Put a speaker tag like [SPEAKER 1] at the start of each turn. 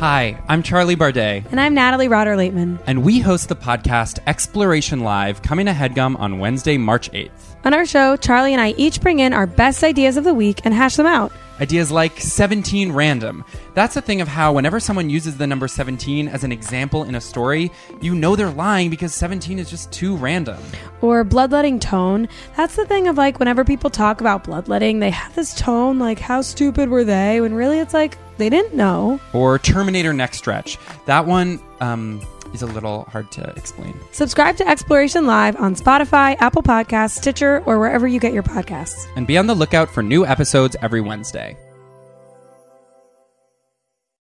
[SPEAKER 1] Hi, I'm Charlie Bardet,
[SPEAKER 2] And I'm Natalie Rotter Lateman.
[SPEAKER 1] and we host the podcast Exploration Live coming to HeadGum on Wednesday, March 8th.
[SPEAKER 2] On our show, Charlie and I each bring in our best ideas of the week and hash them out.
[SPEAKER 1] Ideas like 17 random. That's a thing of how whenever someone uses the number 17 as an example in a story, you know they're lying because 17 is just too random.
[SPEAKER 2] Or bloodletting tone. That's the thing of like whenever people talk about bloodletting, they have this tone like, how stupid were they? When really it's like, they didn't know.
[SPEAKER 1] Or Terminator Next Stretch. That one um, is a little hard to explain.
[SPEAKER 2] Subscribe to Exploration Live on Spotify, Apple Podcasts, Stitcher, or wherever you get your podcasts.
[SPEAKER 1] And be on the lookout for new episodes every Wednesday.